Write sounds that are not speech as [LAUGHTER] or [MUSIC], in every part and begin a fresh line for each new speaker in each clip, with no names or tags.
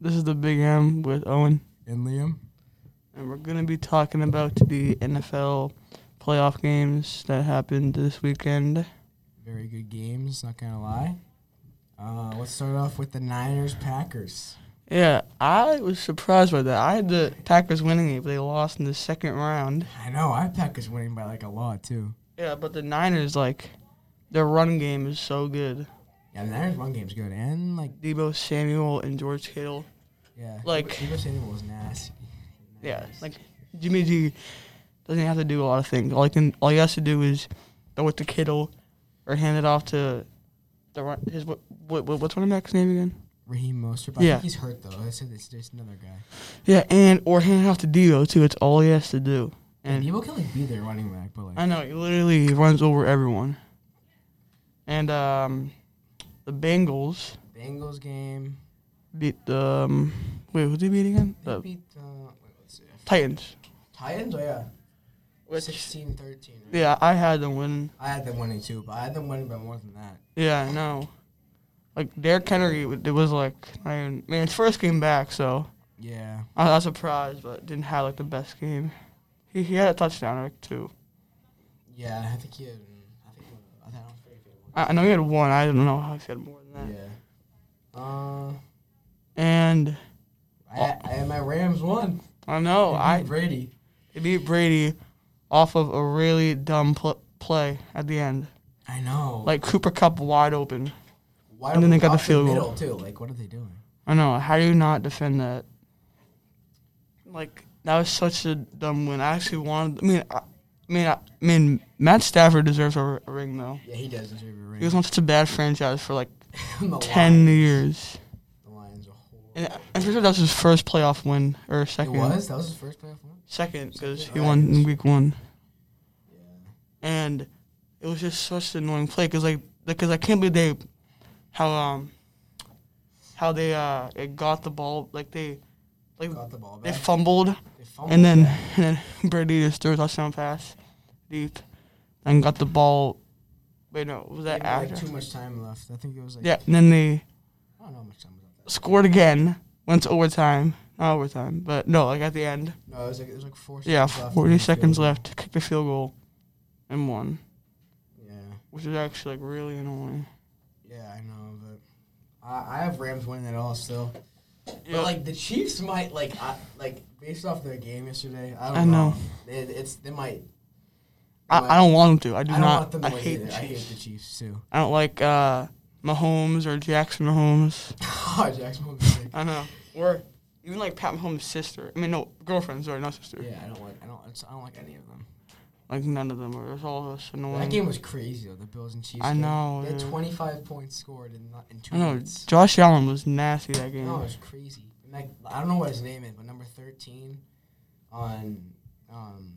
This is the Big M with Owen,
And Liam?
and we're going to be talking about the NFL playoff games that happened this weekend.
Very good games, not gonna lie. Uh, let's start off with the Niners Packers.
Yeah, I was surprised by that. I had the Packers winning it, but they lost in the second round.
I know, I had Packers winning by like a lot too.
Yeah, but the Niners, like, their run game is so good.
Yeah, the Niners run game's good. And like,
Debo Samuel and George Kittle.
yeah.
Like-
Debo Samuel was nasty.
Yeah, like Jimmy G doesn't have to do a lot of things. All he can, all he has to do is throw it to Kittle or hand it off to the run, his what, what what's running back's name again?
Raheem Mostert, but I
Yeah.
think he's hurt though. I said it's just another guy.
Yeah, and or hand it off to Debo too. It's all he has to do. And
And Debo can like be their running back, but like,
I know he literally runs over everyone. And um, the Bengals
Bengals game.
beat the um, wait who did they beat again?
They
The
beat the wait, let's see.
Titans.
Titans. Oh yeah,
Which
16-13. Right?
yeah, I had them winning.
I had them winning too, but I had them winning by more than that.
Yeah, I know. Like Derrick Henry, it was like I mean, man, his first game back, so
Yeah.
I was surprised, but didn't have like the best game. He, he had a touchdown like two.
Yeah, I think he had. I think I thought it was pretty good.
I, I know he had one. I don't know how he had more than that.
Yeah. Uh,
And
I, I my Rams won.
I know
They
Oh,
beat
I
Brady.
they beat Brady off of a really dumb pl- play at the end,
I know.
like Cooper Cup wide open.
why
and then they got the field goal.
middle too? Like, what are they doing?
I know. How do you not defend that? Like that was such a dumb win. I actually wanted. I mean, I, I mean, I, I mean, Matt Stafford deserves a, r- a ring though.
Yeah, he does deserve a ring.
He was on such a bad franchise for like
[LAUGHS] The
ten
Lions-
years,
The Lions are horrible.
and I'm pretty sure that was his first playoff win or
It
second.
was. That was his first playoff win.
second because he
Second,
won in
alright.
week one,
Yeah.
and it was just such an annoying play because like because I can't believe they how um how they uh it got the ball like they like
Got the ball
they
back.
fumbled.
They fumbled
And then [LAUGHS]
back.
and then Brady just threw a touchdown pass deep and got the ball. Wait, no, was
They
that
had, like,
after?
too much time left. I think it was like.
Yeah, and then they
I don't know how much time was left.
scored again. Went to overtime. Not overtime, but no, like at the end.
No, it was like it was like four.
Yeah,
seconds left
40
in the field
seconds
goal.
left. Kicked the field goal and won,
Yeah.
which is actually like really annoying.
Yeah, I know, but I, I have Rams winning it all still.
Yeah,
But like the Chiefs might like I, like based off their game yesterday. I don't
I
know.
know.
They, it's they might.
I, I don't want them to. I do
I don't want
not.
them to
I
win
hate.
either.
The
I hate
Chiefs.
the Chiefs too. [LAUGHS]
I don't like uh, Mahomes or Jackson Mahomes.
oh, Jackson will
[LAUGHS]
be sick.
I know. Or even like Pat Mahomes' sister. I mean, no, girlfriend. Sorry, not sister.
Yeah, I don't like. I don't. it's- I don't like any of them.
Like none of them were. It was all just annoying.
That game was crazy though. The Bills and Chiefs.
I
game.
know,
They had
yeah.
25 points scored in not in two
I know.
minutes.
Josh Allen was nasty that game.
No, it was crazy. And like, I don't know what his name is, but number 13 on um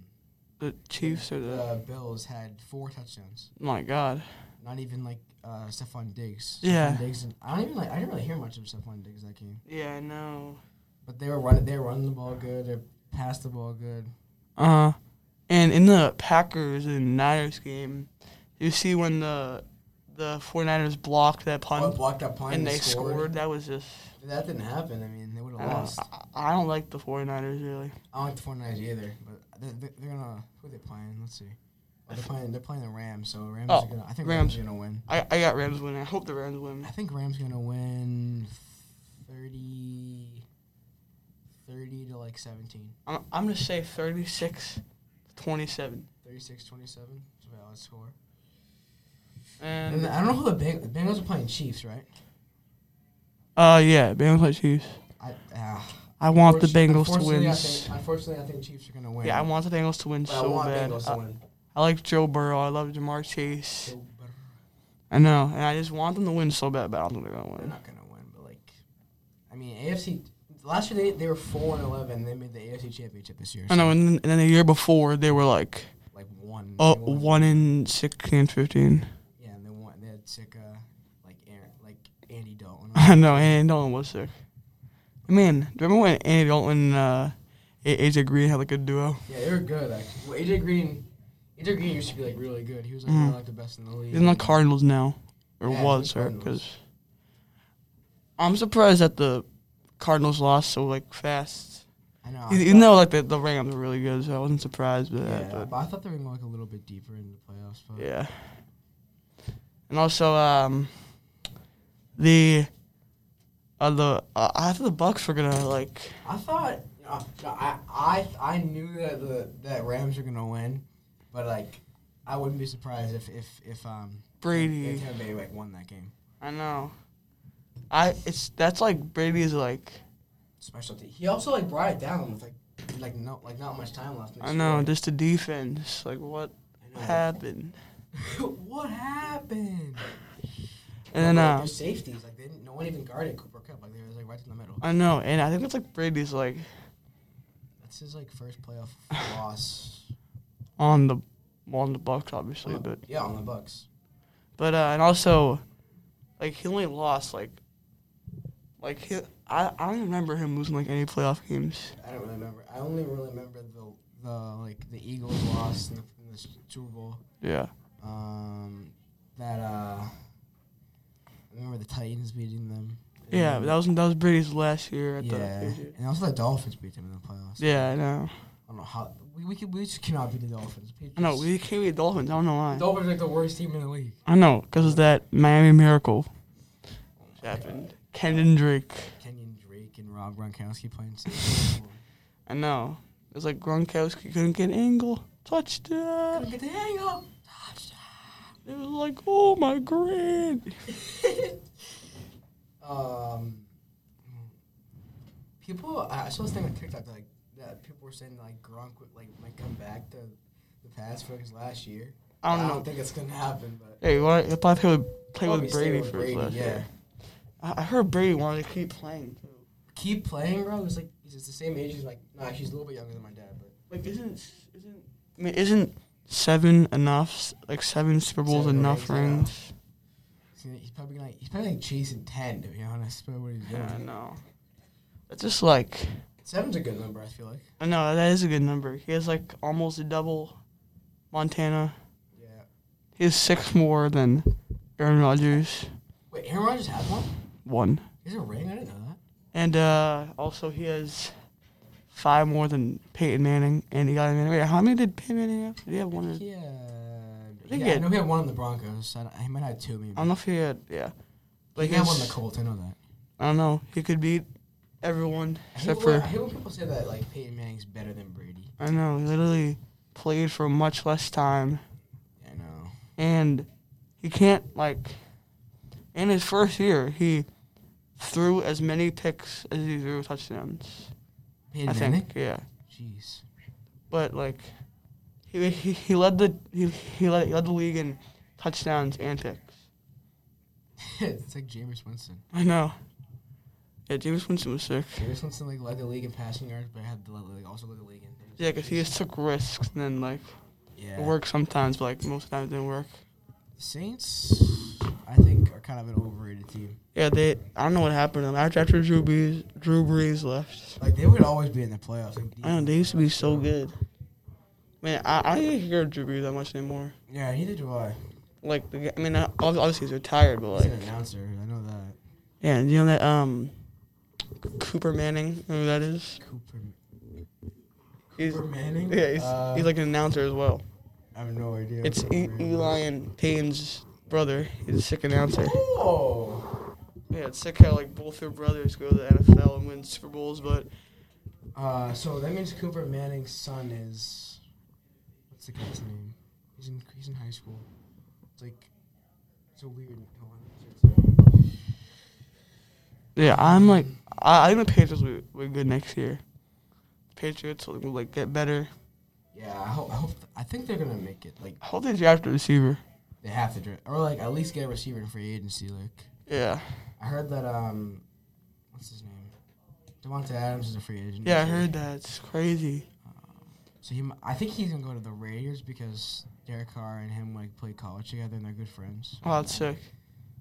The Chiefs or the
the Bills had four touchdowns.
my God.
Not even like uh, Stephon Diggs.
Yeah.
Stephon Diggs. and- I don't even like. I didn't really hear much of Stephon Diggs that game.
Yeah, I know.
But they were running. They were running the ball good. They passed the ball good.
Uh, and in the Packers and Niners game, you see when the the 49ers blocked that
Ball
punt
blocked that punt.
and they scored. That was just.
If That didn't happen. I mean, they would
I
have
don't,
lost.
Uh, I, I don't like the 49ers really.
I don't like the 49ers either. But they're, they're, they're gonna. Who are they playing? Let's see. Oh, they're playing. They're playing the Rams. So Rams
Oh,
are gonna. I think
Rams.
Rams. are gonna win.
I, I got Rams winning. I hope the Rams win.
I think Rams gonna win. 30, 30 to like 17.
I'm, I'm gonna say 36, 27.
36 27 is a valid score. And
And
I don't know who the, Beng- the Bengals are playing Chiefs, right?
uh yeah, Bengals play Chiefs.
I, uh,
I want the
unfortunately-
Bengals to win.
unfortunately, I think, unfortunately, I think Chiefs are gonna win.
Yeah, I want the Bengals to win
But I
so
want
bad. Uh,
Bengals
I,
to win.
I like Joe Burrow. I love Jamar Chase.
So, but
I know, and I just want them to win so bad, but I don't think they're gonna
they're
win.
not gonna win. But like, I mean, AFC last year they, they were four and eleven. They made the AFC championship this year.
I know, and then, and then the year before they were like
so, like one.
uh,
they won.
one in sixteen, fifteen.
Yeah, and they won. They had sick, uh, like Aaron, like
[LAUGHS]
Andy Dalton.
I know, and Dalton was sick. Man, do you remember when Andy Dalton and uh, A- AJ Green had like a duo?
yeah, they were good actually. Well, AJ Green, AJ Green used to be like really good. He was like
Mhm.
one of like the best in the league.
He's in the Cardinals now, or
Yeah,
was,
the
or
Cardinals.
because I'm surprised that the Cardinals lost so like fast.
I know. I
You, you
thought-
know, like the, the Rams were really good, so I wasn't surprised by that.
yeah,
but
but I thought they were going to like a little bit deeper in the playoffs. But
Yeah. And also, um, the, uh, the uh, I thought the Bucks were gonna like.
I thought uh, I I I knew that the that Rams were gonna win, but like I wouldn't be surprised if if if um
Brady.
if Tampa Bay like won that game.
I know. I it's that's like Brady's like
Specialty. He also like brought it down with like like no like not much time left. and they
I know
scored.
just the defense like what
I know.
happened
[LAUGHS] what happened?
and then
Like,
uh,
their safeties like they didn't, no one even guarded Cooper Cup like they was like right in the middle.
I know and I think that's like Brady's like
That's his like first playoff [LAUGHS] loss.
on the on the Bucks obviously
on the-
but
yeah, on the Bucks.
but uh, and also like he only lost like like he I I don't remember him losing like any playoff games
I don't really remember. I only really remember the the like the Eagles lost in the, in the Super Bowl.
yeah
Um, that uh, I remember the Titans beating them.
yeah
And-
that was that was Brady's last year at
yeah,
the
and also the Dolphins beat them in the playoffs.
yeah I know
I don't know how we we, could, we just cannot beat the Dolphins.
I know we can't be Dolphins I don't know why
the Dolphins are like the worst team in the league.
I know, because of that Miami miracle happened. Kendon Drake.
Kenyon Drake and Rob Gronkowski playing. Saints.
I know. It was like Gronkowski couldn't get an angle. Touchdown.
Get the hang up.
It was like, oh my grand.
[LAUGHS] Um, people, I I saw this thing on TikTok like that people were saying like Gronk would like might come back to the past for his last year.
I don't
I
know.
don't think it's gonna happen, but
Hey, you want to play with, play
Probably
with
stay
Brady
with
for his last
yeah.
year. I I heard Brady wanted to keep playing too.
Keep playing, bro. It's like he's just the same age. He's like, nah, he's a little bit younger than my dad, but
Like, isn't isn't I mean, isn't seven enough? s- Like seven Super Bowls
Seven
enough
rings, yeah.
rings?
he's, gonna, he's probably gonna he's probably like chasing ten. To be honest, but what he's doing.
Yeah, I know. That's just like
Seven's a good number. I feel like.
I know that is a good number. He has like almost a double Montana.
Yeah.
He has six more than Aaron Rodgers.
Wait, Aaron Rodgers has one.
One.
Is it a ring? I didn't know that.
And uh, also he has five more than Peyton Manning and he got him in. Wait, how many did Peyton Manning have? Did he have one? or-
Yeah.
I think
yeah, I
it-
know he had one in the Broncos. I don't- he might have had two, maybe.
I don't know if he had yeah.
He
Like
had one in
his-
the Colts. I know that.
I don't know. He could beat everyone
I hate,
except
when, I
for
hate when people say that like Peyton Manning's better than Brady.
I know, he literally played for much less time
I know.
and he can't like in his first year he threw as many picks as he threw touchdowns.
Peyton
I
Manning.
think. Yeah.
Jeez. [LAUGHS]
but like he he, he led the he, he, led, he led the league in touchdowns and picks.
it's like Jameis Winston.
I know. Yeah, James Winston was sick.
Jameis Winston like led the league in passing yards, but had the, like also led the league in.
Yeah, 'cause he just took risks and then like
yeah.
it worked sometimes, but like most of the time it didn't work.
Saints, I think, are kind of an overrated team.
Yeah, they I don't know what happened to them after after Drew Brees Drew Brees left.
Like they would always be in the playoffs. Like,
I don't know they used to be so good. Man, I, I don't even hear Drew Brees that much anymore.
Yeah, neither do I.
Like, the, guy- I mean, ob- obviously he's retired, but
He's
like,
an announcer. I know that.
yeah, and you know that um, Cooper Manning, you know who that is?
Cooper.
He's-
Cooper Manning.
Yeah, he's,
Uh,
he's like an announcer as well.
I have no idea.
It's
what
e-
Cooper Manning
Eli
is.
and Payne's brother. He's a sick announcer.
Oh.
Yeah, it's sick how like both their brothers go to the NFL and win Super Bowls, but
Uh, so that means Cooper Manning's son is. What's the kid's name? He's in he's in high school. It's like, it's a weird. hold on, it's-
yeah, I'm like I, I think the Patriots will will be good next year. Patriots will, will, like get better.
Yeah, I hope. I, hope I think they're gonna make it. Like
I hope they draft a receiver.
they have to, dra- or like at least get a receiver in free agency. Like
Yeah,
I heard that um, what's his name? Devonta Adams is a free agent.
yeah, I
this year.
heard that. It's crazy.
So he, mi- I think he's gonna go to the Raiders because Derek Carr and him like played college together and they're good friends.
Oh, that's sick.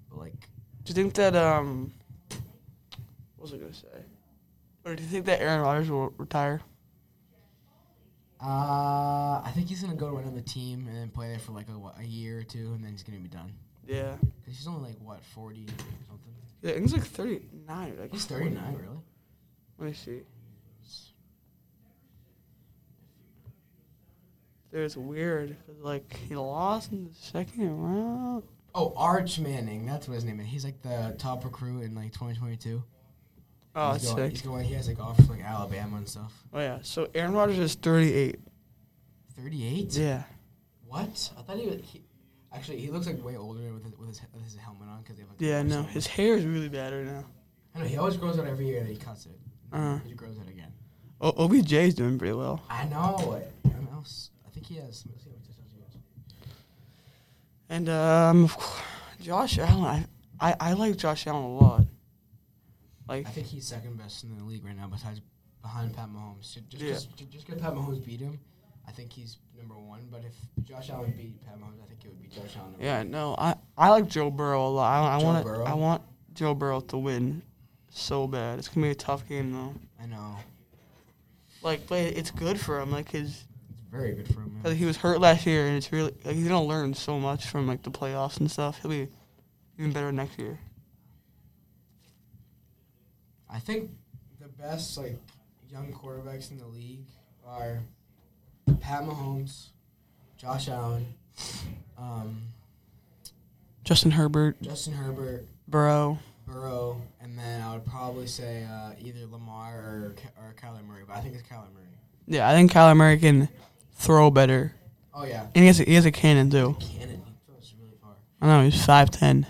But, like,
Do you think that um, what was I gonna say? Or do you think that Aaron Rodgers will retire?
Uh, I think he's gonna go to another team and then play there for like a, wh- a year or two, and then he's gonna be done.
Yeah,
'Cause he's only like what forty or something.
yeah, I think he's like 39. Like
He's thirty nine, really.
Let me see. There's weird. 'cause, Like he lost in the second round.
Oh, Arch Manning. That's what his name is. He's like the top recruit in like 2022.
Oh,
he's
that's
going,
sick.
he's going. He has like offers like Alabama and stuff.
Oh yeah. So Aaron Rodgers is 38.
38.
Yeah.
What? I thought he was. He, actually, he looks like way older with his with his, with his helmet on because they have like.
Yeah.
covers
No,
on.
his hair is really bad right now.
I know he always grows out every year that he cuts it.
Uh-huh.
He grows out again.
O- OBJ is doing pretty well.
I know it. I don't know. S- I think he has. let's see how many touchdowns he has.
And um, [SIGHS] of course, Josh Allen. I, I I like Josh Allen a lot. Like
I think he's second best in the league right now, besides behind Pat Mahomes. Ju- Just
Yeah.
because just 'cause Pat Mahomes beat him, I think he's number one. But if Josh Allen beat Pat Mahomes, I think it would be Josh Allen. Number
yeah. No, I I like Joe Burrow a lot. I, I
Joe
want
Burrow?
I want Joe Burrow to win so bad. It's gonna be a tough game though.
I know.
Like, but it's good for him. Like his
It's very good for him.
Cause he was hurt last year, and it's really like he's gonna learn so much from like the playoffs and stuff. He'll be even better next year.
I think the best like young quarterbacks in the league are Pat Mahomes, Josh Allen, um,
Justin Herbert,
Justin Herbert,
Burrow.
Burrow, and then I would probably say uh, either Lamar or Ky- or Kyler Murray. But I think it's Kyler Murray.
Yeah, I think Kyler Murray can throw better,
Oh yeah,
and he has a, he has a cannon too.
cannon. He throws really far.
I know he's five ten.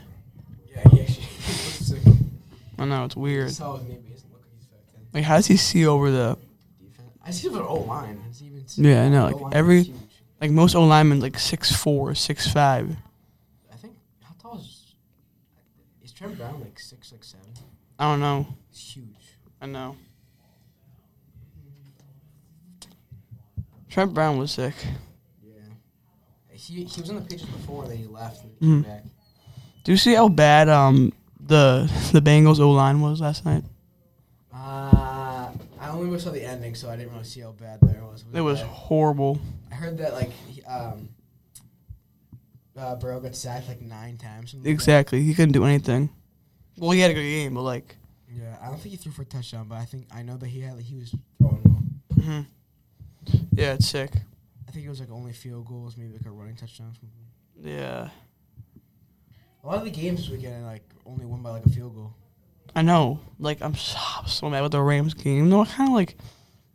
Yeah, he actually [LAUGHS] looks sick.
I know it's
I
weird.
saw his name, but he doesn't look like he's five ten.
Like how does he see over the
Defense. I see the O line. It's even.
Yeah, I know, like,
O-line is
every-
huge.
like most O linemen like six four, six five.
I think how tall is is Trent Brown? Like six, like seven.
I don't know.
It's huge.
I know. Trent Brown was sick.
Yeah. He, he was on the Patriots before, and then he left and
Mhm.
came back.
Do you see how bad um the the Bengals O line was last night?
Uh, I only saw the ending, so I didn't really see how bad there was.
It was
bad?
horrible.
I heard that like he, um, uh, Burrow got sacked like nine times. something like that.
Exactly. He couldn't do anything. Well, he had a good game, but like,
Yeah, I don't think he threw for a touchdown, but I think I know that he had he was throwing well.
mhm. yeah, it's sick.
I think it was like only field goals, maybe like a running touchdown. Or something.
Yeah,
A lot of the games this weekend, I, like only won by like a field goal.
I know. Like, I'm so, I'm so mad with the Rams game. No, I kind of like,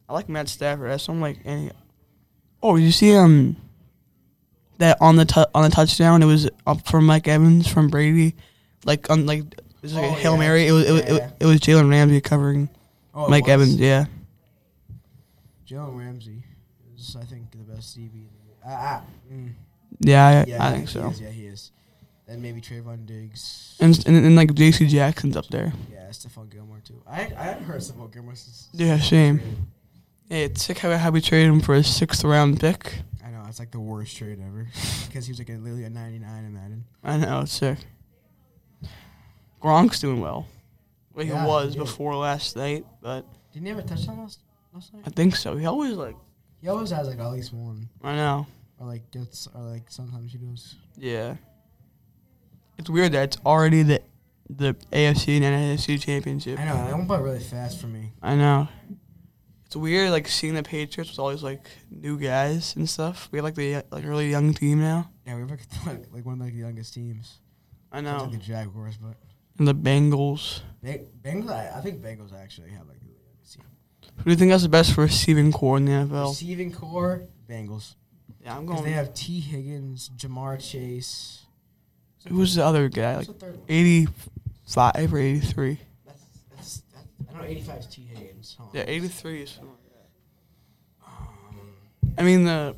I like Matt Stafford. That's I'm like, any. Oh, you see um. That on the tou on the touchdown, it was up from Mike Evans from Brady, like on like it was like a
Oh,
hail
yeah.
mary. It was it was,
Yeah.
it, it was Jalen Ramsey covering
Oh,
Mike Evans. Yeah,
Jalen Ramsey is I think the best DB. in the league. Ah, ah mm.
yeah, I,
yeah,
I think
he
so.
is, yeah, he is. Then maybe Trayvon Diggs.
And, and and like J.C. Jackson's up there.
yeah, Stephon Gilmore too. I I haven't heard Stephon Gilmore since.
Yeah, same. Yeah, it's sick how, how we traded him for a sixth round pick.
I know it's like the worst trade ever [LAUGHS] because he was like a, literally a 99 in Madden.
I know, it's sick. Gronk's doing well. Like
Yeah,
he
he
was
did.
before last night, but
Didn't he have a touchdown last last
I
night?
think so. He always like
He always has like at least one.
I know.
Or like gets or like sometimes he does.
Yeah. It's weird that it's already the the AFC and NFC championship.
I know that one by really fast for me.
I know. It's weird like seeing the Patriots with all these like new guys and stuff. We have like the like really young team now.
Yeah, we have like, like, like one of like, the youngest teams.
I
Sounds
know.
like the Jaguars, but
And the Bengals.
Ba- Bengals. I, I think Bengals actually have like the youngest team.
Who do you think has the best receiving core in the NFL?
Receiving core, Bengals.
Yeah, I'm
Because
going.
they have T. Higgins, Jamar Chase.
Who's the other guy?
Who's
Like
the third one?
85 or 83?
That's, that's, that, I know 85 is T. Higgins. Hold on.
Yeah, 83 is.
Um,
I mean the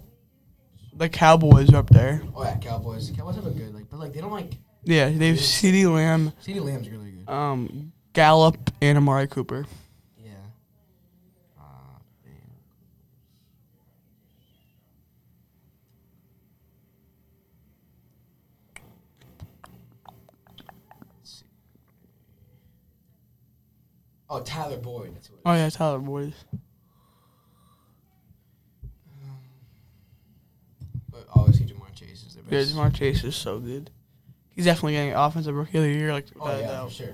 the Cowboys are up there.
oh yeah, Cowboys. Cowboys have a good like, but like they don't like.
Yeah, they have CeeDee Lamb,
CeeDee Lamb's really good.
um, Gallup, and Amari Cooper.
Yeah. Uh, man. Let's see. Oh, Tyler Boyd. That's what. it
Oh
is.
yeah, Tyler Boyd.
But oh, obviously, Jamar Chase is the
Yeah,
best.
Jamar Chase is so good. He's definitely getting offensive rookie of the year, like
Oh
without a
yeah,
doubt.
for sure.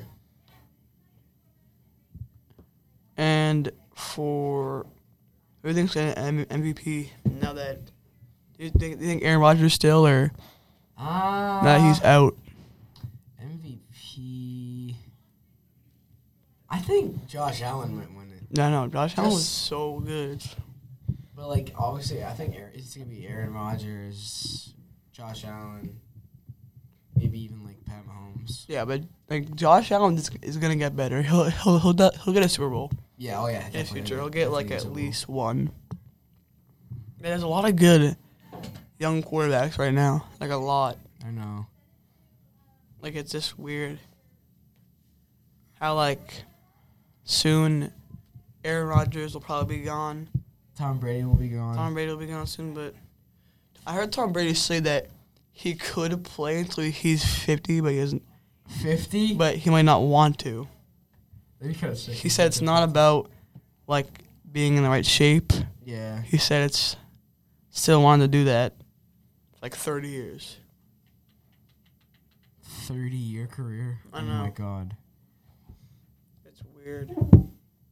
And for who thinks gonna M- MVP now that do you think, do you think Aaron Rodgers still or
Ah.
now he's out?
MVP. I think Josh Allen might win it,
No, no, Josh Allen was
Just-
so good.
but like obviously, I think Aaron, it's gonna be Aaron Rodgers, Josh Allen, maybe even like Pat Mahomes.
Yeah, but like Josh Allen is, is gonna get better. He'll he'll he'll, do, he'll get a Super Bowl
Yeah. Oh yeah.
in the
definitely.
future. He'll get like
Definitely
at
Super Bowl.
least one. Yeah, There's a lot of good young quarterbacks right now. Like a lot.
I know.
Like it's just weird how like soon Aaron Rodgers will probably be gone.
Tom Brady will be gone.
Tom Brady will be gone soon, but I heard Tom Brady say that he could play until he's 50, but he doesn't.
Fifty.
But he might not want to.
That'd be kinda sick
He
if
said
he
it's
did
not
that.
about like being in the right shape.
Yeah.
He said it's still wanting to do that for, like 30 years.
Thirty-year career.
I
Oh my
know.
god.
It's weird.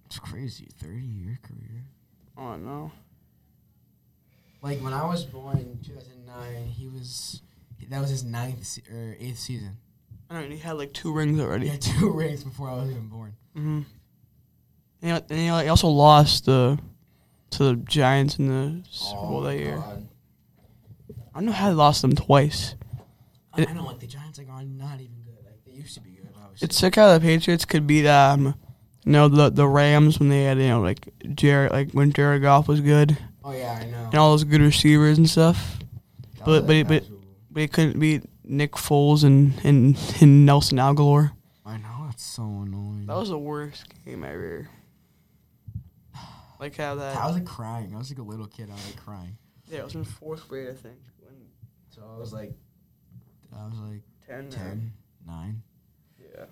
It's crazy. Thirty-year career.
Oh no.
Like when I was born in 2009, he was that was his ninth se- or eighth season.
I don't know. He had like two rings already.
He had two [LAUGHS] rings before I was even born.
Mm-hmm. And, he, and he like, also lost the to the Giants in the Super Bowl that year.
Oh, God.
I don't know how they lost them twice.
I,
It-
I know, like the Giants like are not even good. Like they used to be good. Obviously.
It's sick how the Patriots could beat um, you know the the Rams when they had you know like Jared like when Jared Goff was good
oh yeah, I know.
and all those good receivers and stuff,
That
but-
was,
but-
like,
but-
absolute-
but it couldn't beat Nick Foles and and, and Nelson Aguilar.
I know it's so annoying.
That was the worst game ever. Like how
I
that
was like crying. I was like a little kid. I was like crying.
yeah it was in fourth grade I think when
So I was like, I was like
ten
10, 9.
yeah.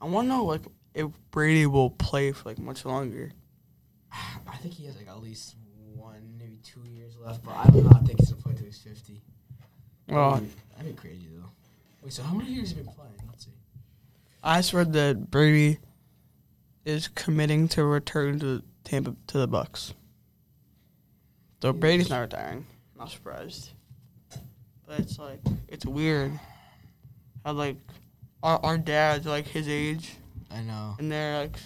I want to know like if Brady will play for like much longer.
[SIGHS] I think he has like at least one, maybe two years left. But I don't know. I think he's gonna play till he's 50.
Well,
That'd be- that'd be crazy though. Wait, so how many years have you been playing? Let's see.
I just read that Brady is committing to return to Tampa to the Bucks. So Brady's not retiring. Not surprised. But it's like it's weird how like our our dads are, like his age
I [LAUGHS] know.
and they're like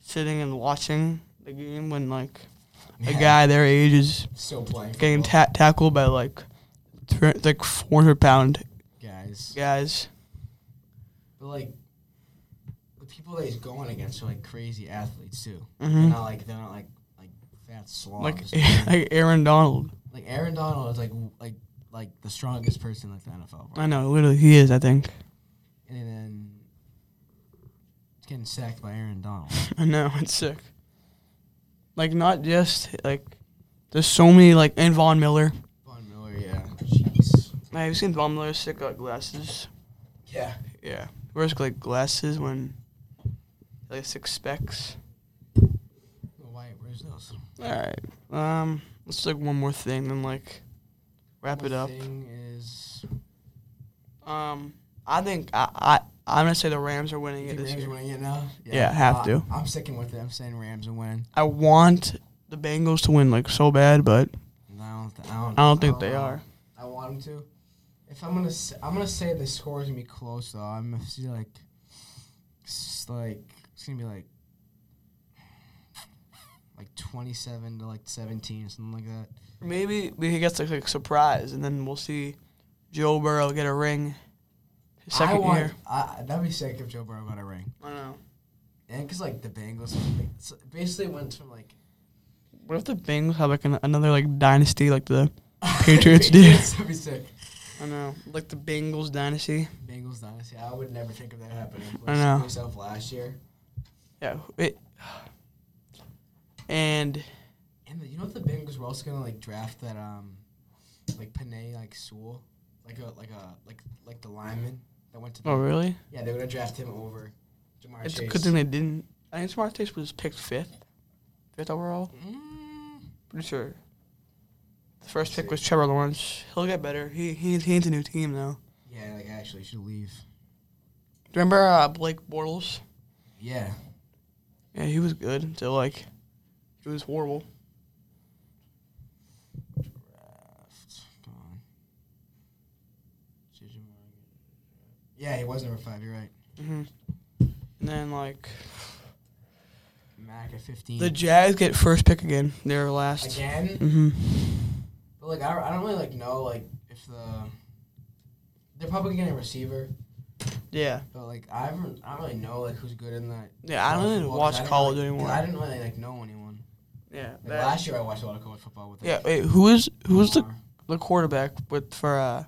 sitting and watching the game when like a
Yeah.
guy their age is
still playing.
getting
football.
ta- tackled by like thr- like four hundred pound
guys.
guys.
But like the people that he's going against are like crazy athletes too. They're
hmm
not like they're not like like fat slobs. [LAUGHS]
Like [LAUGHS]
Like,
like Aaron Donald.
Aaron Donald is like w- like like the strongest person in like the NFL.
I
Right?
know, literally, he is. I think. Mm-hmm.
And then it's getting sacked by Aaron Donald.
[LAUGHS] I know it's sick. Like not just like there's so many like and Von Miller.
Von Miller, yeah. Jeez.
Have you seen Von Miller sick like glasses?
Yeah.
Yeah, he wears like glasses when like sick specs.
Well, Wyatt, where's those?
All right, um, let's do, like one more thing then like wrap it
One
up.
Thing is,
Um, I think I I I'm gonna say the Rams are winning it
think
this
Rams
year.
are winning it now.
Yeah, have
I-
to.
I'm sticking with it. I'm saying Rams will win.
I want the Bengals to win like so bad, but
And I don't. th- I don't.
I don't think they
know.
are.
I want them to. If I'm gonna, s I'm gonna say the score is gonna be close though. I'm gonna see like, s- like it's gonna be like, like 27 to like 17 or something like that.
Maybe he gets like, like surprise, and then we'll see Joe Burrow get a ring. His
I
second
want,
year.
I, I- that'd be sick if Joe Burrow got a ring.
I don't know.
And cause like the Bengals, like, s- basically went from like [LAUGHS]
What if the Bengals have like an, another like dynasty, like the Patriots did.
[LAUGHS] that'd be sick.
I know, like the Bengals dynasty.
Bengals dynasty. I would never think of that happening.
I know.
Myself last year.
Yeah. It, and
And the, you know what the Bengals were also gonna like draft that um like Panay like Sewell like a like a like like the lineman that went to the,
oh really?
yeah they were gonna draft him over Jamar
It's a
Chase.
good thing they didn't. I think Smart Chase was picked fifth, fifth overall.
Mm,
Pretty sure. The first
see.
pick was Trevor Lawrence. He'll get better. He he he needs a new team now.
yeah, like I actually should leave.
Remember uh, Blake Bortles?
Yeah,
Yeah, Yeah, he was good until like he was horrible.
Draft. Come on. JJ Morgan. Yeah, he was number five. You're right. Mm-hmm.
hmm And then like
Mac at 15.
the Jazz get first pick again. They're last.
Again?
hmm
But like I don't, I don't really like know like if the they're probably getting a receiver,
Yeah.
but like I haven't I don't really know like who's good in that.
Yeah. I don't
college
really
football, 'cause
watch
I didn't
college
really- 'cause
anymore.
I didn't really like know anyone.
yeah.
Like,
that-
last year I watched a lot of college football with. Like,
yeah. Wait. Who is who's the
Lamar.
the quarterback with for uh,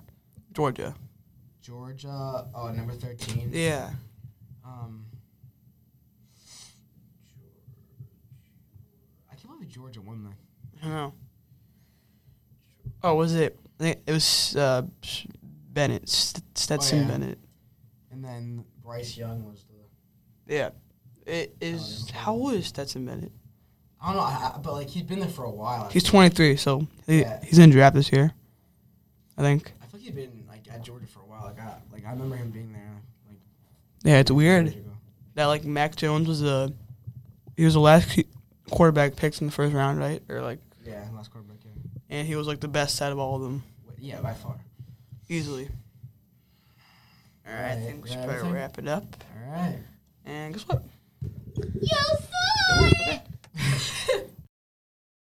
Georgia?
Georgia? Oh, number thirteen.
Yeah.
Um, I can't believe Georgia won that.
I know. Oh, was it? I think It was uh, S- Bennett St- Stetson
Oh, yeah.
Bennett.
And then Bryce Young was the.
Yeah. It is.
yeah.
How old is Stetson Bennett?
I don't know, I, I, but like he's been there for a while. I
He's 23, so he,
Yeah.
he's in draft this year, I think.
I feel like he's been like at Georgia for a while. Like I like I remember him being there like
Yeah, it's
years
weird
ago.
that like Mac Jones was a he was the last cu- quarterback picked in the first round, right? Or like,
Yeah, last quarterback. Yeah,
and he was like the best out of all of them
Wait, yeah by far.
easily. All right, I
Alright,
think we
is
should
that
probably
everything?
wrap it up.
All right.
And guess what?